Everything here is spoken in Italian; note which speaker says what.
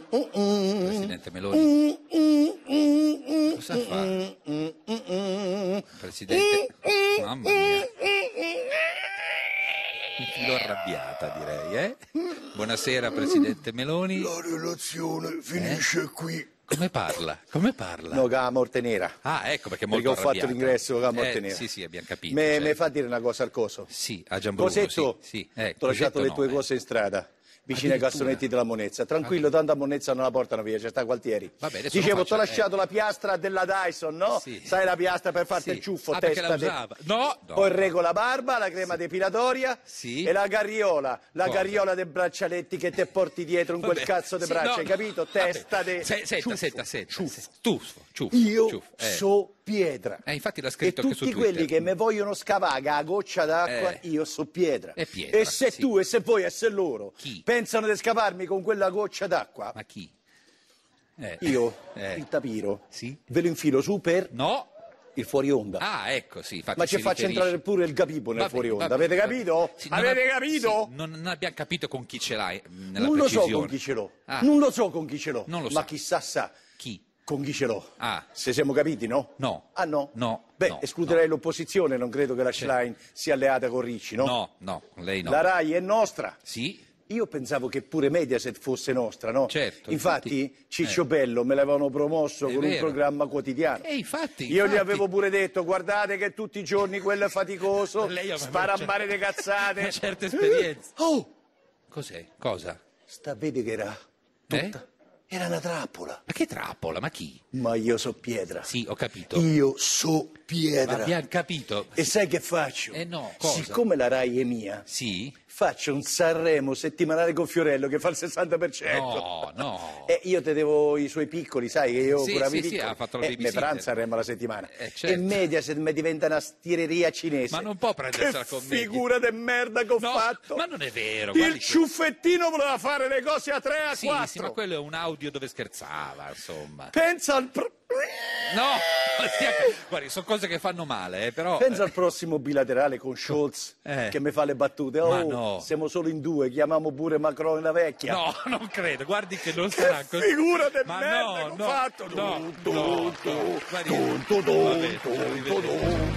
Speaker 1: Presidente
Speaker 2: Mm.
Speaker 1: Meloni, cosa fa? Presidente,
Speaker 2: Mm.
Speaker 1: mamma mia. Un filo arrabbiata direi, eh? Buonasera Presidente Meloni.
Speaker 2: La relazione
Speaker 1: Eh?
Speaker 2: finisce qui.
Speaker 1: Come parla? Come parla?
Speaker 2: No, ca morte nera.
Speaker 1: Ah, ecco perché è molto
Speaker 2: Perché ho fatto
Speaker 1: arrabbiata.
Speaker 2: l'ingresso ca morte
Speaker 1: Eh,
Speaker 2: nera.
Speaker 1: Sì, sì, abbiamo capito.
Speaker 2: Me,
Speaker 1: certo.
Speaker 2: me fa dire una cosa al coso.
Speaker 1: Sì, a Giambruno,
Speaker 2: Cosetto,
Speaker 1: sì. eh, sì.
Speaker 2: ti ho lasciato le tue
Speaker 1: eh,
Speaker 2: cose in strada. Vicino ai
Speaker 1: Addirittura.
Speaker 2: cassonetti della Monezza, tranquillo, tanto a Monezza non la portano via, c'è sta Gualtieri.
Speaker 1: Va bene, adesso
Speaker 2: Dicevo,
Speaker 1: non
Speaker 2: ti ho
Speaker 1: faccia-
Speaker 2: lasciato la piastra della Dyson, no?
Speaker 1: Sì.
Speaker 2: Sai la piastra per farti
Speaker 1: Sì.
Speaker 2: il ciuffo,
Speaker 1: Ah, perché
Speaker 2: testa.
Speaker 1: la usava. No, no.
Speaker 2: Poi rego la barba, la crema depilatoria
Speaker 1: Sì.
Speaker 2: e la carriola, la
Speaker 1: Cosa?
Speaker 2: carriola dei braccialetti che te porti dietro in quel cazzo di braccia, hai capito? Testa
Speaker 1: de
Speaker 2: de
Speaker 1: Se, senta,
Speaker 2: ciuffo,
Speaker 1: senta, senta.
Speaker 2: ciuffo.
Speaker 1: Ciuffo, ciuffo.
Speaker 2: Io
Speaker 1: ciuffo, eh.
Speaker 2: so pietra.
Speaker 1: Eh, infatti l'ha scritto
Speaker 2: e
Speaker 1: anche
Speaker 2: tutti
Speaker 1: su Twitter.
Speaker 2: quelli che mi vogliono scavare a goccia d'acqua,
Speaker 1: Eh.
Speaker 2: io so pietra.
Speaker 1: È pietra,
Speaker 2: E se
Speaker 1: sì.
Speaker 2: tu e se voi e se loro
Speaker 1: Chi?
Speaker 2: pensano di scavarmi con quella goccia d'acqua,
Speaker 1: Ma chi? Eh,
Speaker 2: io
Speaker 1: eh,
Speaker 2: il tapiro
Speaker 1: Sì.
Speaker 2: ve lo infilo su per
Speaker 1: No.
Speaker 2: il fuori onda.
Speaker 1: Ah, ecco, sì. infatti
Speaker 2: Ma
Speaker 1: si
Speaker 2: ci faccio
Speaker 1: riferisce.
Speaker 2: entrare pure il gabibo nel
Speaker 1: Va bene,
Speaker 2: fuori onda.
Speaker 1: va bene,
Speaker 2: Avete
Speaker 1: va bene.
Speaker 2: capito?
Speaker 1: Sì, non
Speaker 2: Avete
Speaker 1: ab-
Speaker 2: capito?
Speaker 1: sì, non, non abbiamo capito con chi ce l'hai mm, nella
Speaker 2: non lo so
Speaker 1: precisione.
Speaker 2: con chi ce l'ho.
Speaker 1: Ah,
Speaker 2: Non lo so con chi ce l'ho.
Speaker 1: Non lo
Speaker 2: Ma
Speaker 1: sa.
Speaker 2: chissà sa
Speaker 1: Chi?
Speaker 2: con chi ce l'ho.
Speaker 1: Ah.
Speaker 2: Se siamo capiti, no?
Speaker 1: No.
Speaker 2: Ah no?
Speaker 1: No,
Speaker 2: Beh,
Speaker 1: no,
Speaker 2: escluderei l'opposizione, non credo che la Schlein sia alleata con Ricci, no?
Speaker 1: No, no, con lei no.
Speaker 2: La RAI è nostra.
Speaker 1: Sì?
Speaker 2: Io pensavo che pure Mediaset fosse nostra, no?
Speaker 1: Certo,
Speaker 2: Infatti,
Speaker 1: infatti-
Speaker 2: Ciccio
Speaker 1: eh.
Speaker 2: Bello me l'avevano promosso
Speaker 1: È
Speaker 2: con un
Speaker 1: vero.
Speaker 2: programma quotidiano.
Speaker 1: E infatti,
Speaker 2: Io gli
Speaker 1: infatti.
Speaker 2: avevo pure detto, guardate che tutti i giorni quello è faticoso,
Speaker 1: Lei ha- cioè,
Speaker 2: spara a mare le cazzate.
Speaker 1: Una certa esperienza.
Speaker 2: Oh,
Speaker 1: Cos'è? Cosa?
Speaker 2: sta vedi che era
Speaker 1: Eh?
Speaker 2: tutta, era una trappola.
Speaker 1: Ma che trappola, ma chi?
Speaker 2: Ma io so pietra.
Speaker 1: Sì, ho capito.
Speaker 2: Io so
Speaker 1: Ma
Speaker 2: pietra.
Speaker 1: abbiamo capito.
Speaker 2: E sai che faccio?
Speaker 1: Eh no, cosa?
Speaker 2: Siccome la RAI è mia,
Speaker 1: Sì?
Speaker 2: faccio un Sanremo settimanale con Fiorello che fa il 60%. Ecco.
Speaker 1: No, no.
Speaker 2: E io te devo i suoi piccoli, sai che io
Speaker 1: Sì,
Speaker 2: curavo i
Speaker 1: sì, sì,
Speaker 2: piccoli.
Speaker 1: ha fatto la
Speaker 2: e me
Speaker 1: babysitter.
Speaker 2: pranza Sanremo la settimana.
Speaker 1: Eh,
Speaker 2: E
Speaker 1: certo.
Speaker 2: Mediaset mi diventa una stireria cinese.
Speaker 1: Ma non può prendersela
Speaker 2: Che
Speaker 1: con me.
Speaker 2: figura di merda che ho
Speaker 1: No,
Speaker 2: fatto.
Speaker 1: ma non è vero, guardi
Speaker 2: Il
Speaker 1: che-
Speaker 2: ciuffettino voleva fare le cose a 3 a
Speaker 1: Sì,
Speaker 2: 4.
Speaker 1: sì, ma quello è un audio dove scherzava, insomma.
Speaker 2: Pensa al... pro-
Speaker 1: No, stia- guardi, sono cose che fanno male, eh, però...
Speaker 2: Pensa al prossimo bilaterale con Scholz
Speaker 1: Eh.
Speaker 2: che mi fa le battute.
Speaker 1: Ma
Speaker 2: Oh,
Speaker 1: no.
Speaker 2: siamo solo in due, chiamiamo pure Macron e la vecchia.
Speaker 1: eh, No, non credo, guardi che non
Speaker 2: Che
Speaker 1: sarà così.
Speaker 2: figura del
Speaker 1: Ma
Speaker 2: merda
Speaker 1: no,
Speaker 2: che ho
Speaker 1: no,
Speaker 2: fatto.
Speaker 1: No,
Speaker 2: Dun,
Speaker 1: no,
Speaker 2: dun,
Speaker 1: no.
Speaker 2: dun,
Speaker 1: Guardi,
Speaker 2: dun, dun, dun,
Speaker 1: vabbè,
Speaker 2: dun, dun,
Speaker 1: arrivederci.
Speaker 2: dun.